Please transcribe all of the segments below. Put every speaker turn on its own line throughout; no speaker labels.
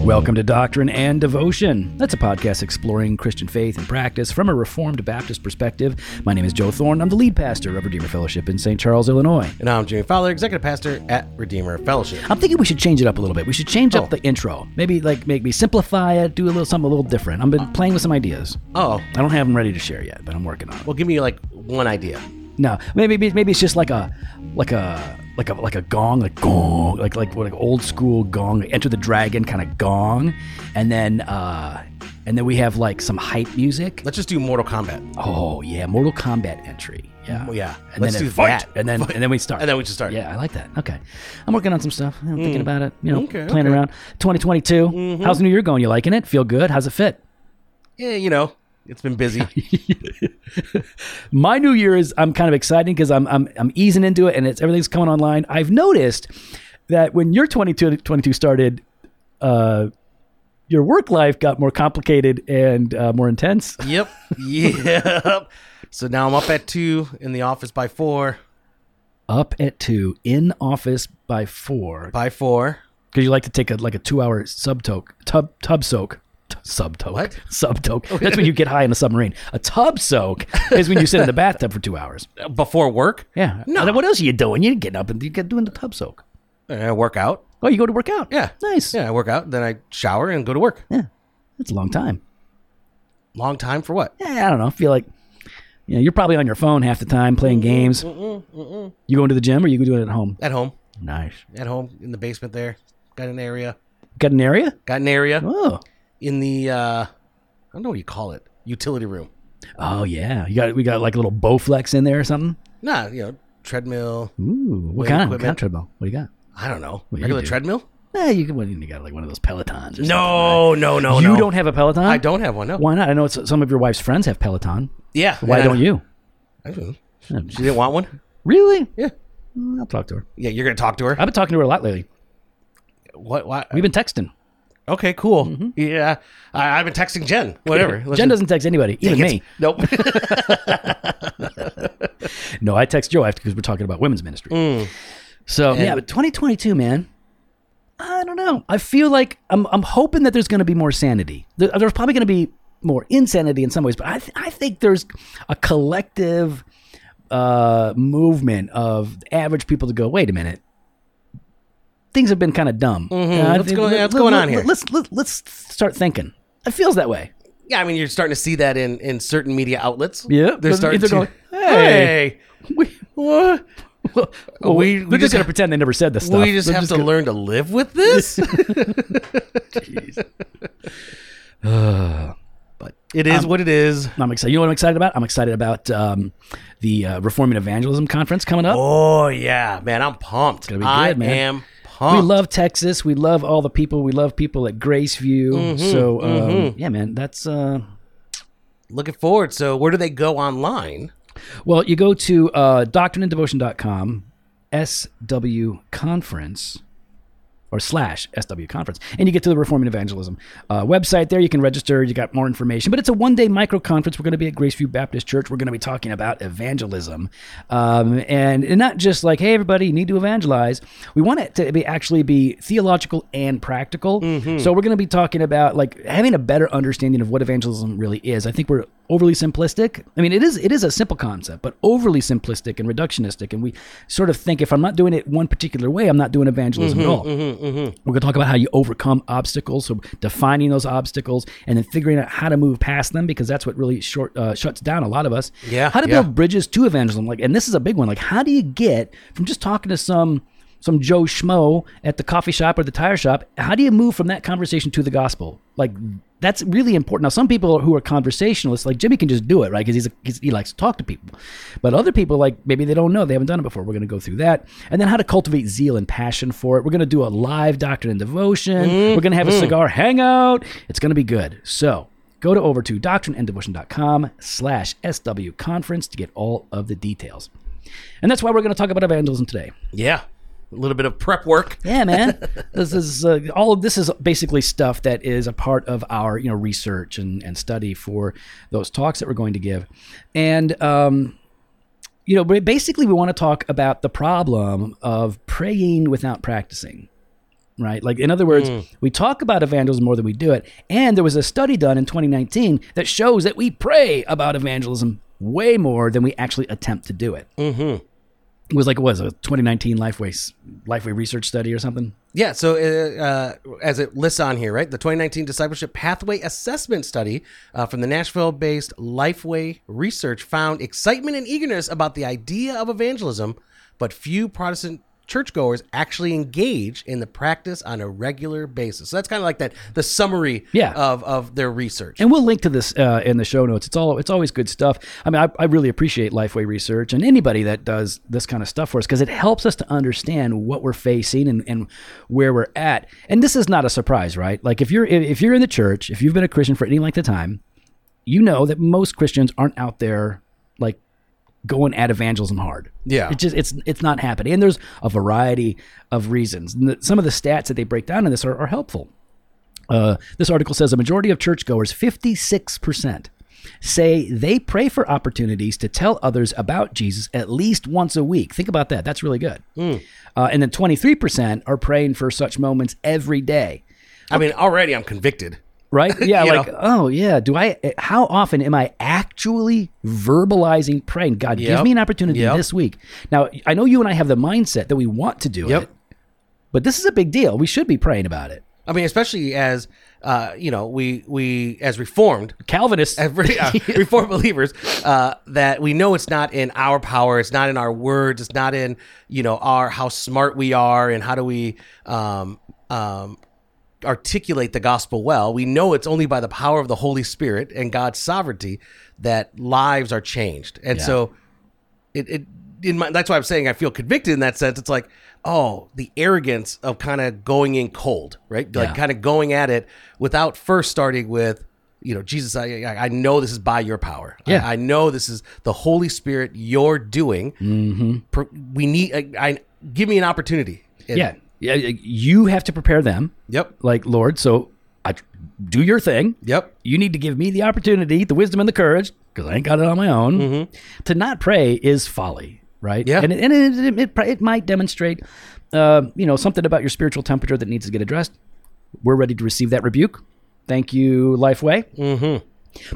Welcome to Doctrine and Devotion. That's a podcast exploring Christian faith and practice from a Reformed Baptist perspective. My name is Joe Thorne. I'm the lead pastor of Redeemer Fellowship in St. Charles, Illinois.
And I'm Jimmy Fowler, executive pastor at Redeemer Fellowship.
I'm thinking we should change it up a little bit. We should change up
Oh.
the intro. Maybe like make me simplify it, do a little something a little different. I've been playing with some ideas.
Oh,
I don't have them ready to share yet, but I'm working on it.
well, give me like one idea.
No, maybe maybe- maybe it's just like a like a like a like a gong, like gong, like like like old school gong, Enter the Dragon kind of gong, and then uh and then we have like some hype music.
Let's just do Mortal Kombat.
Oh yeah, Mortal Kombat entry. Yeah,
Oh, yeah.
And
Let's
then
do
it- fight,
that.
and then and then we start.
And then we should start. Mm.
yeah, I like that. Okay, I'm working on some stuff. I'm thinking about it. You know,
Okay,
playing
okay. Mm-hmm.
around. 2022. How's the new year going? You liking it? Feel good? How's it fit?
Yeah, you know, it's been busy.
my new year is I'm kind of excited because I'm, I'm I'm easing into it and it's everything's coming online. I've noticed that when your 22 22 started, uh, your work life got more complicated and uh, more intense.
yep. Yep. So now I'm up at two, in the office by four.
Up at two, in office by four
By four.
because you like to take a like a two hour sub toke tub tub soak. T- Sub toke.
What? Oh,
Sub toke. That's when you get high in a submarine. A tub soak is when you sit in the bathtub for two hours.
Before work?
Yeah.
No.
What else are you doing? You're getting up and you get doing the tub soak.
And I work out.
Oh, you go to work out.
Yeah.
Nice.
Yeah, I work out. Then I shower and go to work.
That's a long time.
Long time for what?
Eh, I don't know. I feel like you know, you're probably on your phone half the time playing games. You going to the gym or you doing it at home?
At home.
Nice.
At home in the basement there. Got an area.
Got an area?
Got an area
Oh.
in the, uh, I don't know what you call it, utility room.
Oh yeah. You got we got like a little Bowflex in there or something?
Nah, you know, treadmill.
Ooh. What
Weight
kind? What
equipment.
kind of treadmill? What do you got?
I don't know.
Well, you
Regular
do.
treadmill?
Eh, you, can, well, you got like one of those Pelotons. Or
No, Oh, no, no,
something.
no.
You don't have a Peloton?
I don't have one. No.
Why not? I know it's, some of your wife's friends have Peloton.
Yeah.
Why
and I-
don't you?
I don't know. She didn't want one.
Really?
Yeah.
Mm, I'll talk to her.
Yeah. You're gonna talk to her.
I've been talking to her a lot lately.
What? Why?
We've been texting.
Okay. Cool. Yeah. I, I've been texting Jen. Whatever.
Mm-hmm. Jen
Listen,
doesn't text anybody, even
it's-
me.
Nope.
No, I text Joe after because we're talking about women's ministry. So Mm. yeah, but 2022, man. I don't know. I feel like I'm I'm hoping that there's going to be more sanity. There, there's probably going to be more insanity in some ways, but I th- I think there's a collective uh, movement of average people to go. Wait a minute. Things have been kind of dumb. Uh,
What's going- what's going on here?
Let's let's let's start thinking. It feels that way.
yeah. I mean, you're starting to see that in in certain media outlets.
Yeah,
They're
but
starting
they're
to.
going,
hey.
We,
What?
well,
we-
we, are
we
just
just
going to
have-
pretend they never said this stuff.
We just
We're
have to
gonna-
learn to live with this. but it is what it is.
I'm excited. You know what I'm excited about? I'm excited about um, the uh, Reforming Evangelism Conference coming up.
Oh yeah, man. I'm pumped.
gonna be
I
good, man.
am
we
pumped.
love Texas. We love all the people. We love people at Grace View. so, um, yeah, man, that's. Uh,
Looking forward. So where do they go online?
well, you go to uh, doctrineanddevotion.com, SW Conference. Or slash SW conference, and you get to the Reforming Evangelism uh, website. There, you can register. You got more information, but it's a one-day micro conference. We're going to be at Graceview Baptist Church. We're going to be talking about evangelism, um, and, and not just like, hey, everybody, you need to evangelize. We want it to be actually be theological and practical. So we're going to be talking about like having a better understanding of what evangelism really is. I think we're overly simplistic. I mean, it is it is a simple concept, but overly simplistic and reductionistic. And we sort of think if I'm not doing it one particular way, I'm not doing evangelism at all. We're going to talk about how you overcome obstacles, so defining those obstacles, and then figuring out how to move past them because that's what really short uh, shuts down a lot of us.
Yeah,
how to
yeah.
build bridges to evangelism, like, and this is a big one. Like, how do you get from just talking to some some Joe Schmo at the coffee shop or the tire shop? How do you move from that conversation to the gospel? Like, that's really important. Now, some people who are conversationalists, like Jimmy, can just do it, right? Because he's, a- he's he likes to talk to people. But other people, like maybe they don't know, they haven't done it before. We're going to go through that, and then how to cultivate zeal and passion for it. We're going to do a live doctrine and devotion. We're going to have a cigar hangout. It's going to be good. So go to over to doctrineanddevotion.com slash sw conference to get all of the details and that's why we're going to talk about evangelism today
Yeah. A little bit of prep work.
yeah man this is uh, all of this is basically stuff that is a part of our you know research and, and study for those talks that we're going to give and um you know but basically we want to talk about the problem of praying without practicing right? Like, in other words, we talk about evangelism more than we do it. And there was a study done in 2019 that shows that we pray about evangelism way more than we actually attempt to do it. Mm-hmm. It was like, what was it, a 2019 Lifeway, s- Lifeway research study or something?
Yeah, so uh, uh, as it lists on here, right, the 2019 Discipleship Pathway Assessment Study uh, from the Nashville based Lifeway Research found excitement and eagerness about the idea of evangelism, but few Protestant churchgoers actually engage in the practice on a regular basis. So that's kind of like that the summary
Yeah.
of, of their research.
And we'll link to this uh, in the show notes. It's all it's always good stuff. I mean, I, I really appreciate Lifeway Research and anybody that does this kind of stuff for us because it helps us to understand what we're facing and, and where we're at. And this is not a surprise, right? Like if you're if you're in the church, if you've been a Christian for any length of time, you know that most Christians aren't out there like going at evangelism hard.
Yeah.
It just it's it's not happening. And there's a variety of reasons. And the- Some of the stats that they break down in this are, are helpful. Uh, this article says a majority of churchgoers, 56%, say they pray for opportunities to tell others about Jesus at least once a week. Think about that. That's really good. Uh, and then 23% are praying for such moments every day
I mean, already I'm convicted.
right? Yeah,
You
like
know?
oh yeah. Do I? How often am I actually verbalizing praying? God, give
Yep.
me an opportunity
Yep.
this week. Now I know you and I have the mindset that we want to do
Yep.
it, but this is a big deal. We should be praying about it.
I mean, especially as, uh, you know, we, we, as reformed,
Calvinists,
every uh, reformed believers uh, that we know it's not in our power it's not in our words it's not in you know our how smart we are and how do we um, um, articulate the gospel well we know it's only by the power of the holy spirit and god's sovereignty that lives are changed and so it, it in my, that's why i'm saying i feel convicted in that sense it's like oh the arrogance of kind of going in cold right like
Yeah.
kind of going at it without first starting with you know jesus i i I know this is by your power I-
Yeah.
i, know this is the holy spirit you're doing
Mm-hmm.
Pro- we need I, I give me an opportunity And-
yeah, yeah. You have to prepare them,
yep
like Lord. So I do your thing.
yep
You need to give me the opportunity, the wisdom, and the courage, because I ain't got it on my own. To not pray is folly, right?
Yeah.
and it, and it, it, it, it might demonstrate, uh, you know, something about your spiritual temperature that needs to get addressed. We're ready to receive that rebuke. Thank you, Lifeway.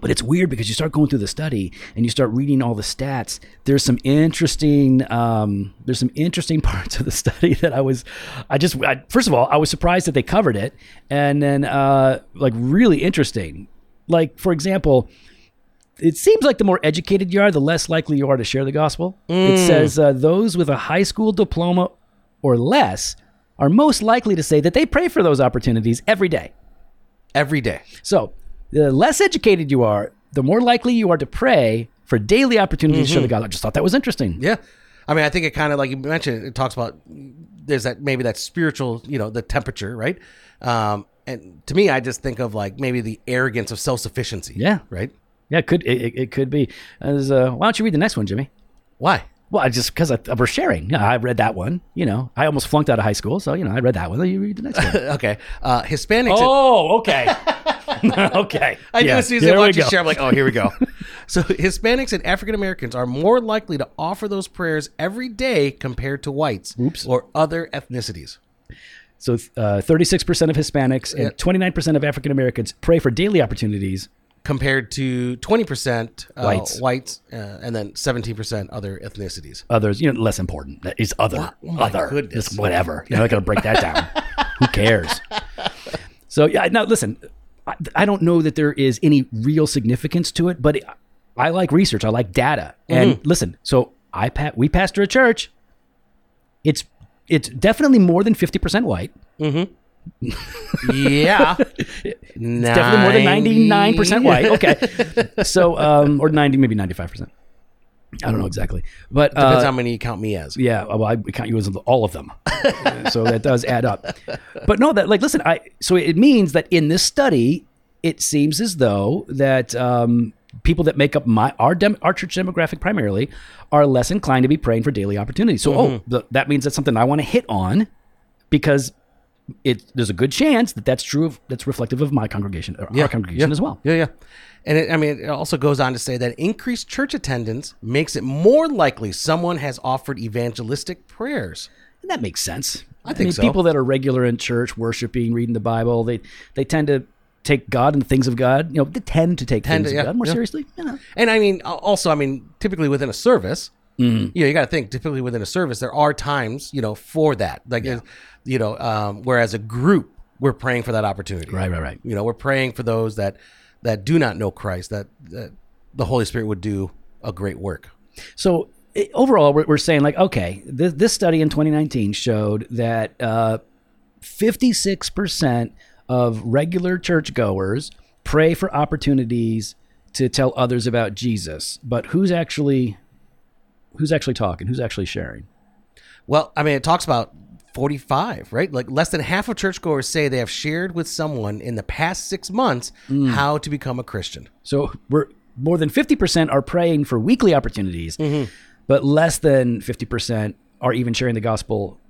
But it's weird because you start going through the study and you start reading all the stats. There's some interesting, um, there's some interesting parts of the study that I was, I just, I, first of all, I was surprised that they covered it, and then uh, like really interesting. Like for example, it seems like the more educated you are, the less likely you are to share the gospel. It says uh, those with a high school diploma or less are most likely to say that they pray for those opportunities every day.
every day
So, the less educated you are, the more likely you are to pray for daily opportunities to show the gospel. I just thought that was interesting.
Mm-hmm. Yeah. I mean, I think it kind of like you mentioned, it talks about there's that maybe that spiritual, you know, the temperature, right? Um, and to me, I just think of like maybe the arrogance of self sufficiency.
Yeah.
Right.
Yeah, it could it, it- it could be. As, uh, why don't you read the next one, Jimmy?
Why?
Well, I just because we're sharing. Yeah, I read that one. You know, I almost flunked out of high school, so you know, I read that one. You read the next one.
okay. Uh, Hispanics.
oh, okay, okay.
I
yeah.
knew as soon as I
there we
watched you
go.
share, I'm like, oh, here we go. so Hispanics and African Americans are more likely to offer those prayers every day compared to whites
Oops.
or other ethnicities.
So, uh, thirty-six percent of Hispanics and twenty-nine percent of African Americans pray for daily opportunities.
Compared to 20% uh,
Whites.
whites uh, and then 17% other ethnicities.
Others, you know, less important. That is other,
Oh my
other,
goodness.
It's whatever. You're not going to break that down. Who cares? So yeah, now listen, I, I don't know that there is any real significance to it, but I like research. I like data.
Mm-hmm.
And listen, so I pa- we pastor a church. It's it's definitely more than fifty percent white.
Yeah.
Definitely more than ninety nine percent white. Okay, so um, or ninety, maybe ninety five percent. I don't know exactly, but uh,
That's how many you count me as.
Yeah, well, I count you as all of them, so that does add up. But no, that like listen, I so it means that in this study, it seems as though that um, people that make up my our dem, our church demographic primarily are less inclined to be praying for daily opportunities. So oh,
Mm-hmm.
th- that means that's something I want to hit on because it there's a good chance that that's true of that's reflective of my congregation or our congregation
yeah.
as well.
Yeah, yeah. And it, I mean, it also goes on to say that increased church attendance makes it more likely someone has offered evangelistic prayers.
And that makes sense. I,
think
mean,
so.
people that are regular in church, worshiping, reading the Bible, they they tend to take God and the things of God. You know, they tend to take
Tend
things
to,
of
yeah,
God more
yeah.
seriously. You know.
And I mean, al- also, I mean, typically within a service,
Mm-hmm.
you know, you got to think typically within a service, there are times, you know, for that. Like, you know, um, whereas a group, we're praying for that opportunity.
Right, right, right.
You know, we're praying for those that that do not know Christ, that, that the Holy Spirit would do a great work.
So i overall, we're, we're saying like, okay, this, this study in 2019 showed that uh, 56% of regular churchgoers pray for opportunities to tell others about Jesus, but who's actually who's actually talking? Who's actually sharing?
Well, I mean, it talks about 45, right? Like less than half of churchgoers say they have shared with someone in the past six months
Mm.
how to become a Christian.
So we're more than 50% are praying for weekly opportunities,
Mm-hmm.
but less than 50% are even sharing the gospel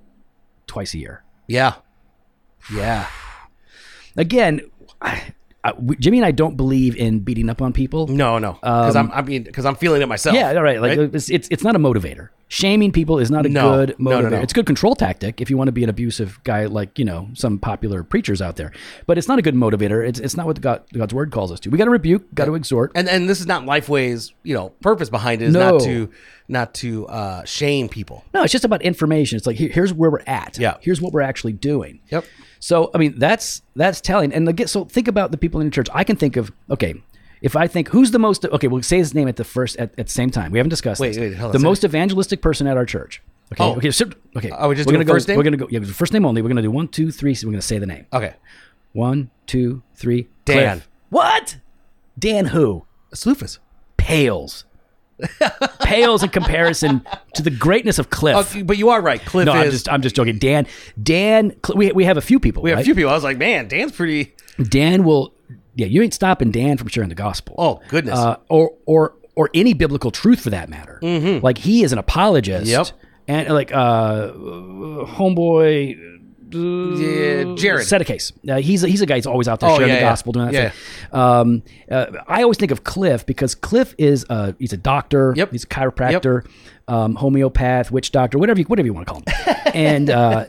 twice a year.
Yeah.
Yeah. Again, I, I, we- Jimmy and I don't believe in beating up on people.
No, no. Because I'm, I mean, because I'm feeling it myself.
Um, Yeah, all right. Like uh, It's, it's it's not a motivator. Shaming people is not a
No,
good motivator.
no, no, no.
It's a good control tactic if you want to be an abusive guy like, you know, some popular preachers out there. But it's not a good motivator. It's it's not what God, God's word calls us to. We got to rebuke, got to exhort.
and and this is not Lifeway's you know purpose behind it is
No.
not to not to uh, shame people.
No, it's just about information. It's like here, here's where we're at.
Yeah.
Here's what we're actually doing.
Yep.
So I mean that's that's telling. And again, so think about the people in your church. I can think of okay, if I think who's the most okay, we'll say his name at the first at, at the same time. We haven't discussed
Wait,
this.
wait, hold on
the
a second.
most evangelistic person at our church. Okay.
Oh.
Okay. So, okay.
Are we just
we're
doing
gonna go,
first name?
We're gonna go. Yeah, first name only. We're gonna do one, two, three. So we're gonna say the name.
Okay.
One, two, three.
Dan.
Cliff. What? Dan who?
Sloofus.
Pales. Pales in comparison to the greatness of Cliff.
Okay, Uh, but you are right. Cliff
No, I'm
is.
just I'm just joking. Dan, Dan, Cl- we, we have a few people.
we have a few people. I was like, man, Dan's pretty.
Dan will, yeah, you ain't stopping Dan from sharing the gospel.
Oh goodness.
uh, or or or any biblical truth for that matter. Like he is an apologist.
Mm-hmm. Yep.
And like uh, homeboy
yeah, Jared.
set a case. Uh, he's a, he's a guy who's always out there
Oh,
sharing
yeah,
the
yeah.
gospel, doing that
Yeah.
thing. Um, uh, I always think of Cliff because Cliff is a he's a doctor.
Yep.
He's a chiropractor, um, homeopath, witch doctor, whatever you whatever you want to call him. and uh,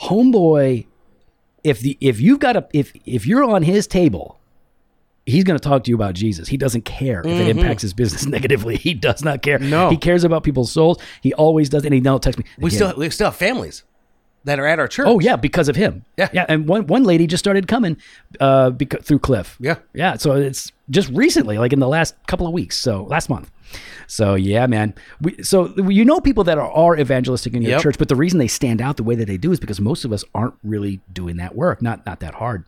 homeboy, if the if you've got a if if you're on his table. He's going to talk to you about Jesus. He doesn't care if it impacts his business negatively. He does not care.
Mm-hmm. No.
He cares about people's souls. He always does. And he now texts me.
we
"Again,
still we still have families that are at our church.
Oh yeah, because of him.
Yeah.
yeah. And one one lady just started coming, uh, becau- through Cliff.
Yeah.
yeah. So it's just recently, like in the last couple of weeks, so last month. So yeah, man. We, so you know people that are, are evangelistic in your
Yep.
church, but the reason they stand out the way that they do is because most of us aren't really doing that work. Not not that hard.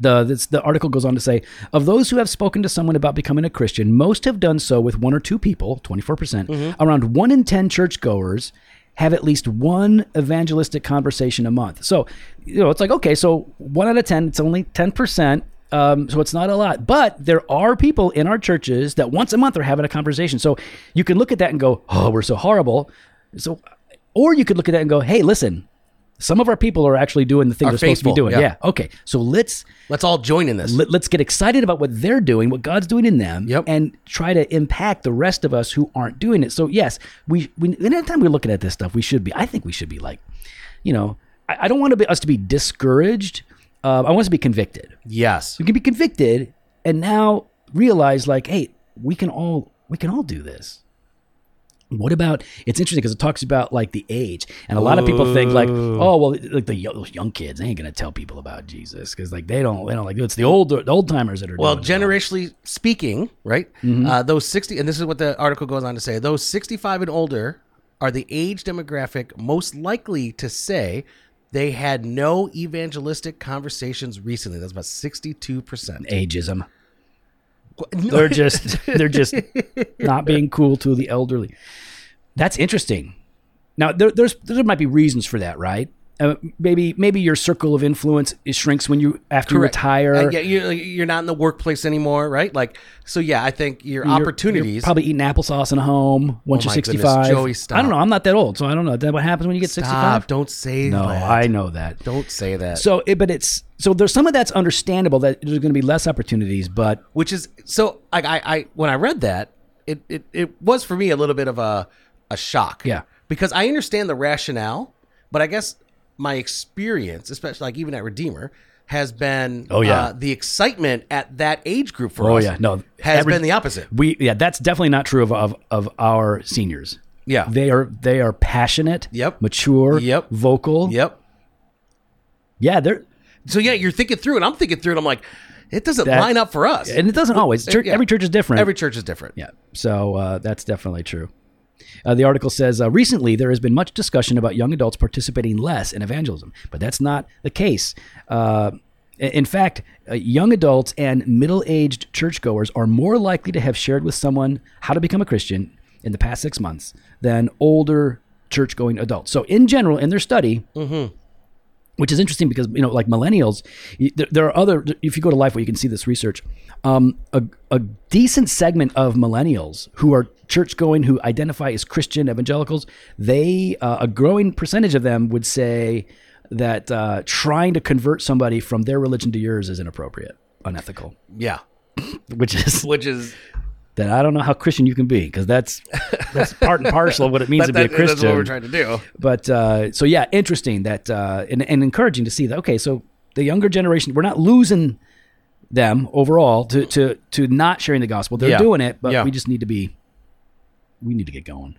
The this, the article goes on to say, of those who have spoken to someone about becoming a Christian, most have done so with one or two people, twenty four percent.
Mm-hmm.
Around one in ten churchgoers have at least one evangelistic conversation a month. So, you know, it's like okay, so one out of ten, it's only ten percent. Um, so it's not a lot, but there are people in our churches that once a month are having a conversation. So you can look at that and go, "Oh, we're so horrible." So, or you could look at that and go, "Hey, listen, some of our people are actually doing the things
Are
they're supposed to be
faithful,
doing."
yeah.
yeah. Okay, so let's
Let's all join in this.
let, let's get excited about what they're doing, what God's doing in them,
Yep.
and try to impact the rest of us who aren't doing it. So yes, we, we anytime we're looking at this stuff, we should be. I think we should be like, you know, I, I don't want to be, us to be discouraged. Uh, I want us to be convicted.
yes.
We can be convicted, and now realize like, hey, we can all we can all do this. What about? It's interesting because it talks about like the age, and a lot of people think like, oh well, like the yo- those young kids they ain't gonna tell people about Jesus because like they don't they don't like it's the old the old timers that are
Well,
doing it.
generationally speaking, right?
Mm-hmm.
Uh, those 60, and this is what the article goes on to say those 65 and older are the age demographic most likely to say they had no evangelistic conversations recently. That's about 62%.
ageism.
No,
They're just they're just not being cool to the elderly. That's interesting. Now there, there's there might be reasons for that, right? Uh, maybe maybe your circle of influence shrinks when you after
Correct.
you retire.
Uh, yeah, you're, you're not in the workplace anymore, right? Like, so yeah, I think your
You're-
opportunities.
You're probably eating applesauce in a home once
Oh
you're
my goodness,
65.
Joey, stop.
I don't know. I'm not that old, so I don't know. Is that what happens when you get 65?
Stop, don't say
No,
that.
I know that.
don't say that.
So, it, but it's so there's some of that's understandable that there's going to be less opportunities, but
which is so like I, I when I read that it, it it was for me a little bit of a a shock
Yeah.
because I understand the rationale But I guess my experience, especially like even at Redeemer, has been
Oh, yeah.
uh, the excitement at that age group for
Oh
us
yeah, no,
has
every-
been the opposite.
we yeah, that's definitely not true of of, of our seniors.
Yeah.
They are they are passionate,
Yep.
mature,
Yep.
vocal.
yep.
Yeah, they're
So yeah, you're thinking through, and I'm thinking through, and I'm like, it doesn't
That-
line up for us.
and it doesn't always. Church,
yeah.
Every church is different.
Every church is different.
Yeah, so uh, that's definitely true. Uh, the article says uh, recently there has been much discussion about young adults participating less in evangelism, but that's not the case. Uh, i- in fact, uh, young adults and middle aged churchgoers are more likely to have shared with someone how to become a Christian in the past six months than older church going adults. So, in general, in their study, which is interesting because you know like millennials y- there, there are other if you go to life where you can see this research um, a, a decent segment of millennials who are church going who identify as christian evangelicals they uh, a growing percentage of them would say that uh, trying to convert somebody from their religion to yours is inappropriate unethical
Yeah.
which is
Which is
that i don't know how christian you can be because that's that's part and parcel of what it means to be a
that-
christian
that's what we're trying to do.
but uh, so yeah, interesting that uh, and, and encouraging to see that. Okay, so the younger generation, we're not losing them overall to to to not sharing the gospel. They're
Yeah.
doing it, but
Yeah.
we just need to be we need to get going.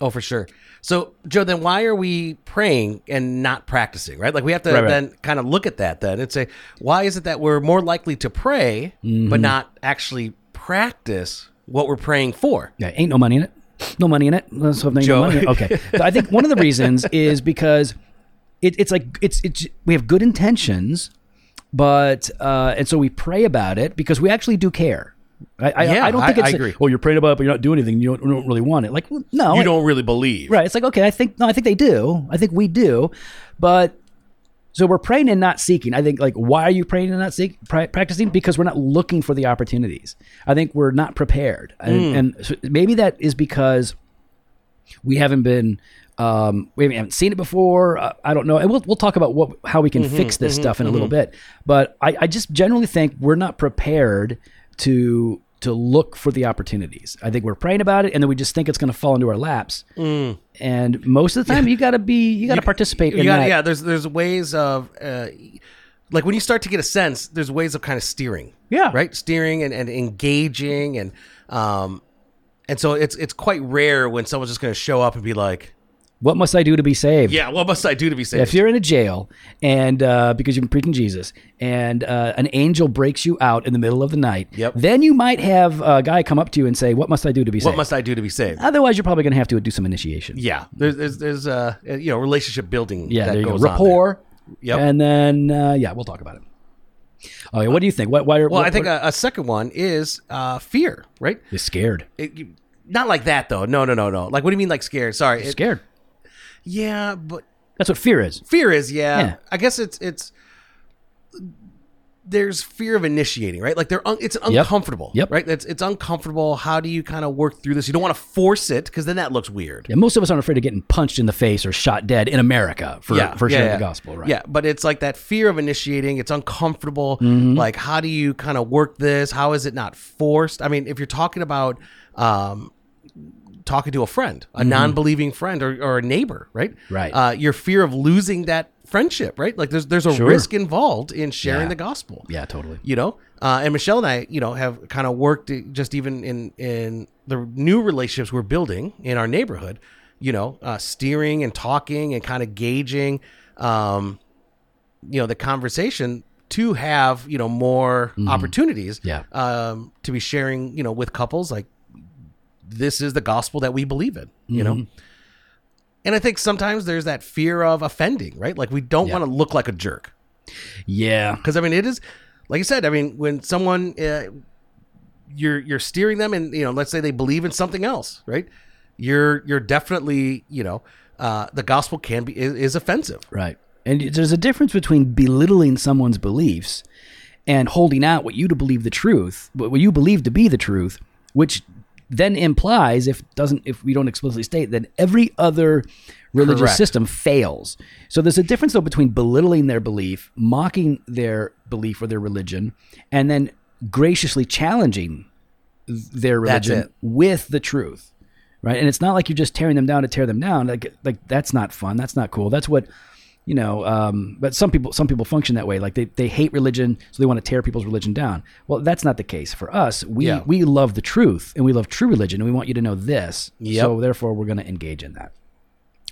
Oh, for sure. So, Joe, then why are we praying and not practicing, right? Like, we have to
Right, right.
then kind of look at that then and say, why is it that we're more likely to pray, but not actually practice what we're praying for?
Yeah, ain't no money in it. No money in it. Let's hope there ain't
Joe.
no money. in it. Okay, so I think one of the reasons is because it, it's like it's it's we have good intentions, but uh, and so we pray about it because we actually do care. I, I,
Yeah,
I don't
I-
think it's
I agree.
oh you're praying about it but you're not doing anything you don't, you don't really want it like well, no
You
it-
don't really believe.
Right. It's like, okay, I think no, I think they do. I think we do. But so we're praying and not seeking. I think like why are you praying and not seek, pra- practicing? Because we're not looking for the opportunities. I think we're not prepared. And, and so maybe that is because we haven't been um, we haven't seen it before. Uh, I don't know, and we'll we'll talk about what how we can
Mm-hmm,
fix this stuff in a little bit. But I, I just generally think we're not prepared to to look for the opportunities. I think we're praying about it, and then we just think it's going to fall into our laps. And most of the time, you got to be you got to participate in
Mm. You gotta-
that.
yeah, there's, there's ways of, uh, like, when you start to get a sense, there's ways of kind of steering.
Yeah.
Right? Steering and, and engaging. And, um, and so it's, it's quite rare when someone's just going to show up and be like,
What must I do to be saved?
yeah, what must I do to be saved?
If you're in a jail and uh, because you've been preaching Jesus, and uh, an angel breaks you out in the middle of the night,
Yep.
then you might have a guy come up to you and say, "What must I do to be
what
saved?"
must I do to be saved?
Otherwise, you're probably going to have to do some initiation.
Yeah, there's there's, there's uh, you know relationship building.
Yeah,
that
there you
goes
go.
on
Rapport.
Yep.
And then, uh, yeah, we'll talk about it. Okay, what do you think? What, why are,
Well,
what-
I think
what-
a, a second one is uh, fear, right?
you're scared.
It, you, not like that though. No, no, no, no. Like what do you mean like scared? Sorry. It-
scared.
yeah, but
That's what fear is.
fear is yeah.
Yeah.
I guess it's it's there's fear of initiating, right? Like they're un, it's
Yep.
uncomfortable,
Yep.
right? It's it's uncomfortable. How do you kind of work through this? You don't want to force it because then that looks weird.
Yeah, most of us aren't afraid of getting punched in the face or shot dead in America for, for sharing
yeah.
the gospel, right?
Yeah, but it's like that fear of initiating. It's uncomfortable.
Mm-hmm.
Like, how do you kind of work this? How is it not forced? I mean, if you're talking about um, talking to a friend, a non-believing friend, or, or a neighbor, right?
Mm-hmm. Right.
Uh, your fear of losing that friendship, right? Like, there's there's a
Sure.
risk involved in sharing
Yeah.
the gospel
Yeah, totally.
you know uh, and michelle and i you know have kind of worked it- just even in in the new relationships we're building in our neighborhood you know uh, steering and talking and kind of gauging um you know the conversation to have you know more opportunities
Yeah.
um to be sharing you know with couples like this is the gospel that we believe in you know and i think sometimes there's that fear of offending right like we don't want to look like a jerk
Yeah.
because I mean it is like I said. I mean when someone uh, you're you're steering them, and you know, let's say they believe in something else, right? You're you're definitely you know uh, the gospel can be is, is offensive.
Right. And there's a difference between belittling someone's beliefs and holding out what you to believe the truth, what you believe to be the truth, which then implies if doesn't if we don't explicitly state that every other religious
Correct.
system fails. So there's a difference though between belittling their belief, mocking their belief or their religion, and then graciously challenging their
That's
religion
it.
with the truth. right? And it's not like you're just tearing them down to tear them down. Like like that's not fun. That's not cool. That's what you know. Um, but some people some people function that way. Like they they hate religion, so they want to tear people's religion down. Well, that's not the case for us. We
Yeah.
we love the truth and we love true religion, and we want you to know this.
Yep.
So therefore, we're going to engage in that.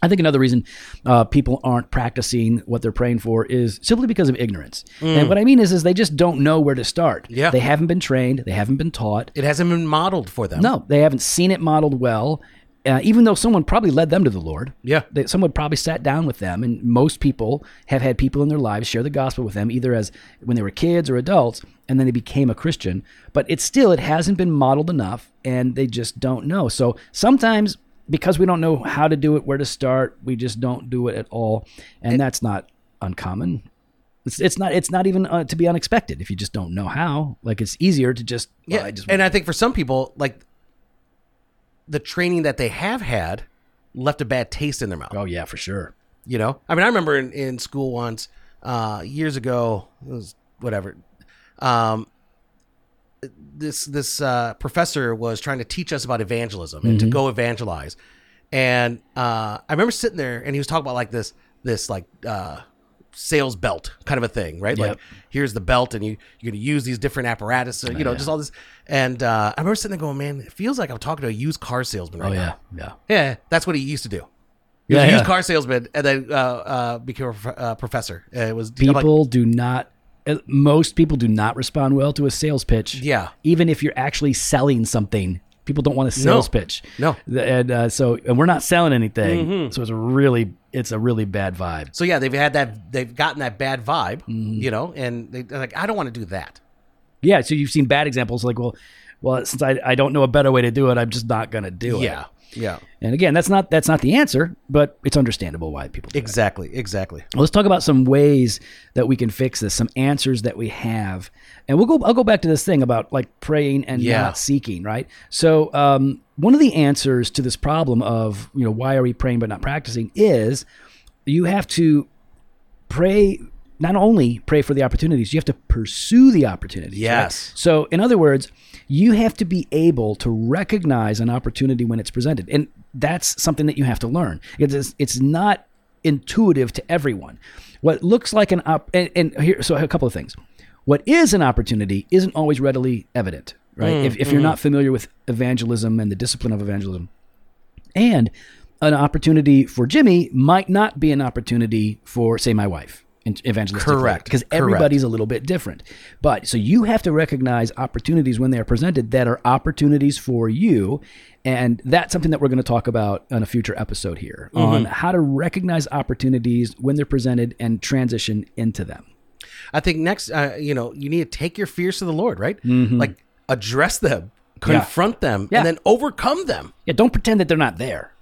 I think another reason uh, people aren't practicing what they're praying for is simply because of ignorance. And what I mean is, is they just don't know where to start.
Mm. Yeah.
they haven't been trained. They haven't been taught.
It hasn't been modeled for them.
No, they haven't seen it modeled well. Uh, even though someone probably led them to the Lord,
Yeah.
they, someone probably sat down with them, and most people have had people in their lives share the gospel with them, either as when they were kids or adults, and then they became a Christian. But it's still it hasn't been modeled enough, and they just don't know. So sometimes because we don't know how to do it, where to start, we just don't do it at all, and that's not uncommon. It's, it's not it's not even uh, to be unexpected if you just don't know how. Like it's easier to just
Yeah.
well, I just
and I think for some people, like the training that they have had left a bad taste in their mouth.
oh yeah for sure.
You know, I mean, I remember in, in school once uh, years ago, it was whatever. Um, this this uh, professor was trying to teach us about evangelism and
Mm-hmm.
to go evangelize, and uh, I remember sitting there and he was talking about like this this like uh, sales belt kind of a thing, right?
Yep.
Like here's the belt, and you you're gonna use these different apparatus,
Oh,
so, you know, just all this. And uh, I remember sitting there going, man, it feels like I'm talking to a used car salesman right
Oh
now.
yeah, yeah.
Yeah, that's what he used to do. He was
Yeah,
a used
yeah.
car salesman and then uh, uh, became a prof- uh, professor. Uh, it was I'm like,
People do not. uh, Most people do not respond well to a sales pitch.
Yeah.
Even if you're actually selling something, people don't want a sales pitch.
No. Mm-hmm.
Th- And uh, so, and we're not selling anything. So it's a really, it's a really bad vibe.
so yeah, they've had that. They've gotten that bad vibe,
Mm-hmm.
you know, and they, they're like, I don't want to do that.
Yeah. So you've seen bad examples like, well, well, since I, I don't know a better way to do it, I'm just not gonna do it.
Yeah, yeah,
And again, that's not that's not the answer, but it's understandable why people. Do it.
exactly, exactly.
Let's talk about some ways that we can fix this, some answers that we have. And we'll go I'll go back to this thing about like praying and
Yeah.
not seeking, right? So um, one of the answers to this problem of, you know, why are we praying but not practicing is you have to pray not only pray for the opportunities, you have to pursue the opportunities. right?
Yes.
So, in other words, you have to be able to recognize an opportunity when it's presented. And that's something that you have to learn. It's, it's not intuitive to everyone. What looks like an op, and, and here, so a couple of things. What is an opportunity isn't always readily evident, right? if, if you're not familiar with evangelism and the discipline of evangelism, and an opportunity for Jimmy might not be an opportunity for, say, my wife, in- evangelistically.
Correct.
Because
Correct.
everybody's a little bit different. But so you have to recognize opportunities when they are presented that are opportunities for you. And that's something that we're going to talk about on a future episode here
Mm-hmm.
on how to recognize opportunities when they're presented and transition into them.
I think next, uh, you know, you need to take your fears to the Lord, right? Like address them, confront them,
Mm-hmm. Yeah.
and then overcome them.
Yeah, don't pretend that they're not there.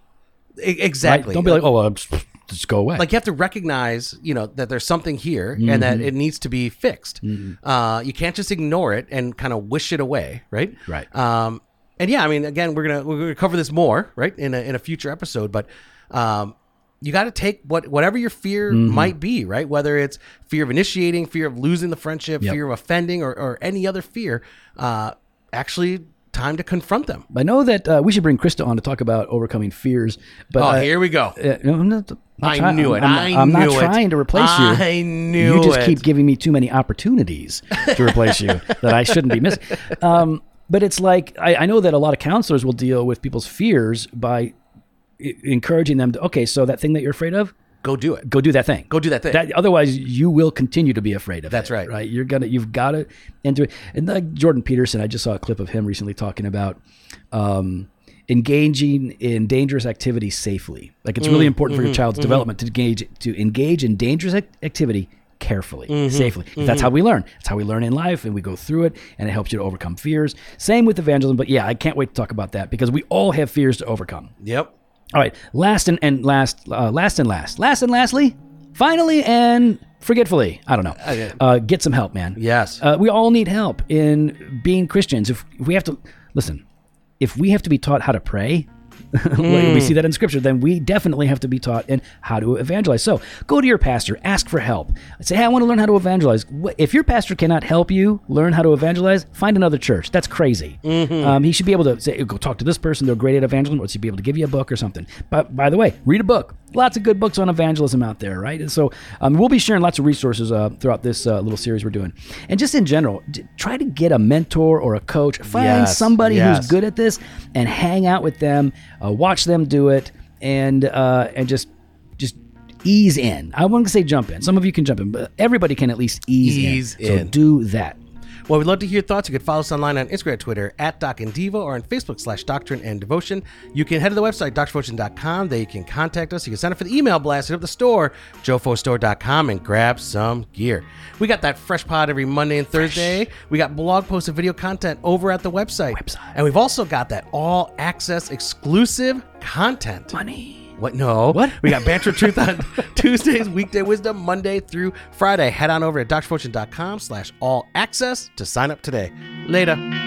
E-
right?
exactly.
Don't be like, oh, well, just just go away.
like you have to recognize you know that there's something here and
Mm-hmm.
that it needs to be fixed uh, you can't just ignore it and kind of wish it away right
Right.
um, and yeah i mean again we're gonna we're gonna cover this more right in a, in a future episode but um, you got to take what whatever your fear
Mm-hmm.
might be right whether it's fear of initiating fear of losing the friendship
Yep.
fear of offending or, or any other fear uh, actually time to confront them
I know that uh, we should bring Krista on to talk about overcoming fears, but
oh
uh,
here we go
Uh, no, I'm not, I'm not
I
try-
knew it.
I'm,
i
I'm, I'm
knew
not
it.
trying to replace you.
I knew
you just
it.
keep giving me too many opportunities to replace you that I shouldn't be missing. Um, but it's like I, I know that a lot of counselors will deal with people's fears by i- encouraging them to okay, so that thing that you're afraid of,
go do it.
go do that thing.
Go do that thing.
That, otherwise, you will continue to be afraid of.
That's
it,
right.
Right. You're gonna. You've got to into it. And like Jordan Peterson, I just saw a clip of him recently talking about um, engaging in dangerous activity safely. Like it's
Mm,
really important
mm-hmm,
for your child's development to engage to engage in dangerous ac- activity carefully,
Mm-hmm,
safely. That's how we learn. That's how we learn in life, and we go through it, and it helps you to overcome fears. Same with evangelism. But yeah, I can't wait to talk about that because we all have fears to overcome.
yep.
All right, last and, and last, uh, last and last, last and lastly, finally and forgetfully. I don't know. Uh, get some help, man.
Yes.
Uh, we all need help in being Christians. If, if we have to listen, if we have to be taught how to pray, Like, we
Hmm.
see that in scripture, then we definitely have to be taught in how to evangelize. So go to your pastor, ask for help. Say, hey, I want to learn how to evangelize. Wh- If your pastor cannot help you learn how to evangelize, find another church. That's crazy.
Mm-hmm.
Um, he should be able to say, go talk to this person. They're great at evangelism, or should be able to give you a book or something. But by the way, read a book. Lots of good books on evangelism out there, right? And so um, we'll be sharing lots of resources uh, throughout this uh, little series we're doing. And just in general, d- try to get a mentor or a coach. Find
Yes,
somebody
yes.
who's good at this and hang out with them, uh, watch them do it, and uh, and just just ease in. I wouldn't say jump in. Some of you can jump in, but everybody can at least ease,
Ease
in. So
in.
do that.
Well, we'd love to hear your thoughts. You could follow us online on Instagram, Twitter, at Doc and Diva, or on Facebook slash Doctrine and Devotion. You can head to the website, doctrinedevotion.com. There you can contact us. You can sign up for the email blast, hit up the store, jofostore.com, and grab some gear. We got that fresh pod every Monday and Thursday. We got blog posts and video content over at the website.
Website.
And we've also got that all access exclusive content.
Money.
What? No.
What?
We got Banter Truth on Tuesdays, Weekday Wisdom, Monday through Friday. Head on over to drfortune.com slash all access to sign up today. Later.